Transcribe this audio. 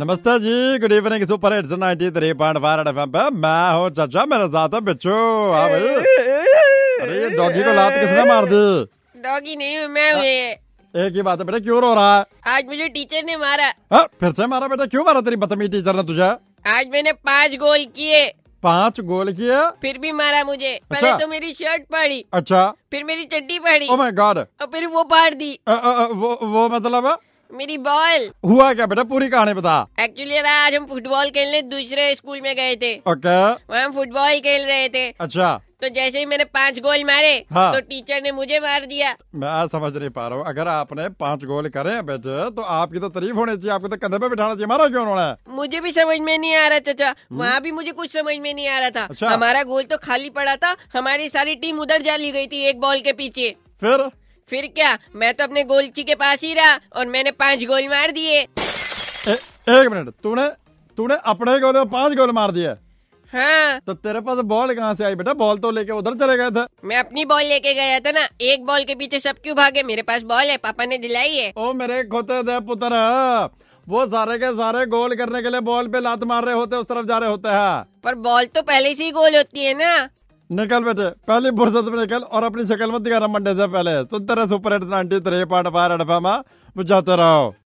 नमस्ते जी good evening super hits 93.4 FM पे मैं हूँ चाचा मेरे साथ है बिच्छू हाँ भाई अरे ये डॉगी को लात किसने मार दी डॉगी नहीं हूँ मैं हूँ ये। एक ही बात है बेटा क्यों रो रहा है आज मुझे टीचर ने मारा हाँ, फिर से मारा बेटा क्यों मारा तेरी बदतमीज टीचर ने तुझे आज मैंने पाँच गोल किए पांच गोल किए फिर भी मारा मुझे पहले तो मेरी शर्ट फाड़ी अच्छा oh फिर मेरी चड्डी फाड़ी ओ माय गॉड और फिर वो फाड़ दी वो वो मतलब मेरी बॉल हुआ क्या बेटा पूरी कहानी बता एक्चुअली आज हम फुटबॉल खेलने दूसरे स्कूल में गए थे ओके वहाँ हम फुटबॉल खेल रहे थे अच्छा तो जैसे ही मैंने पाँच गोल मारे हाँ। तो टीचर ने मुझे मार दिया मैं समझ नहीं पा रहा हूँ अगर आपने पांच गोल करे हैं बेटे तो आपकी तो तारीफ होनी चाहिए आपको तो कंधे पे बिठाना चाहिए मारा क्यों उन्होंने मुझे भी समझ में नहीं आ रहा चाचा वहाँ भी मुझे कुछ समझ में नहीं आ रहा था अच्छा। हमारा गोल तो खाली पड़ा था हमारी सारी टीम उधर जा ली गई थी एक बॉल के पीछे फिर फिर क्या मैं तो अपने गोलची के पास ही रहा और मैंने पांच गोल मार दिए ए, एक मिनट तूने तूने अपने गोल में पांच गोल मार दिए हाँ तो तेरे पास बॉल कहाँ से आई बेटा बॉल तो लेके उधर चले गए थे मैं अपनी बॉल लेके गया था ना एक बॉल के पीछे सब क्यों भागे मेरे पास बॉल है पापा ने दिलाई है ओ मेरे खोते दे पुत्र वो सारे के सारे गोल करने के लिए बॉल पे लात मार रहे होते उस तरफ जा रहे होते हैं पर बॉल तो पहले से ही गोल होती है ना निकल बेटे पहली फुर्सत में निकल और अपनी शक्ल मत दिखा रहा मंडे से पहले सुनते रहे सुपर हिट्स 93.5 एफएम बजाते रहो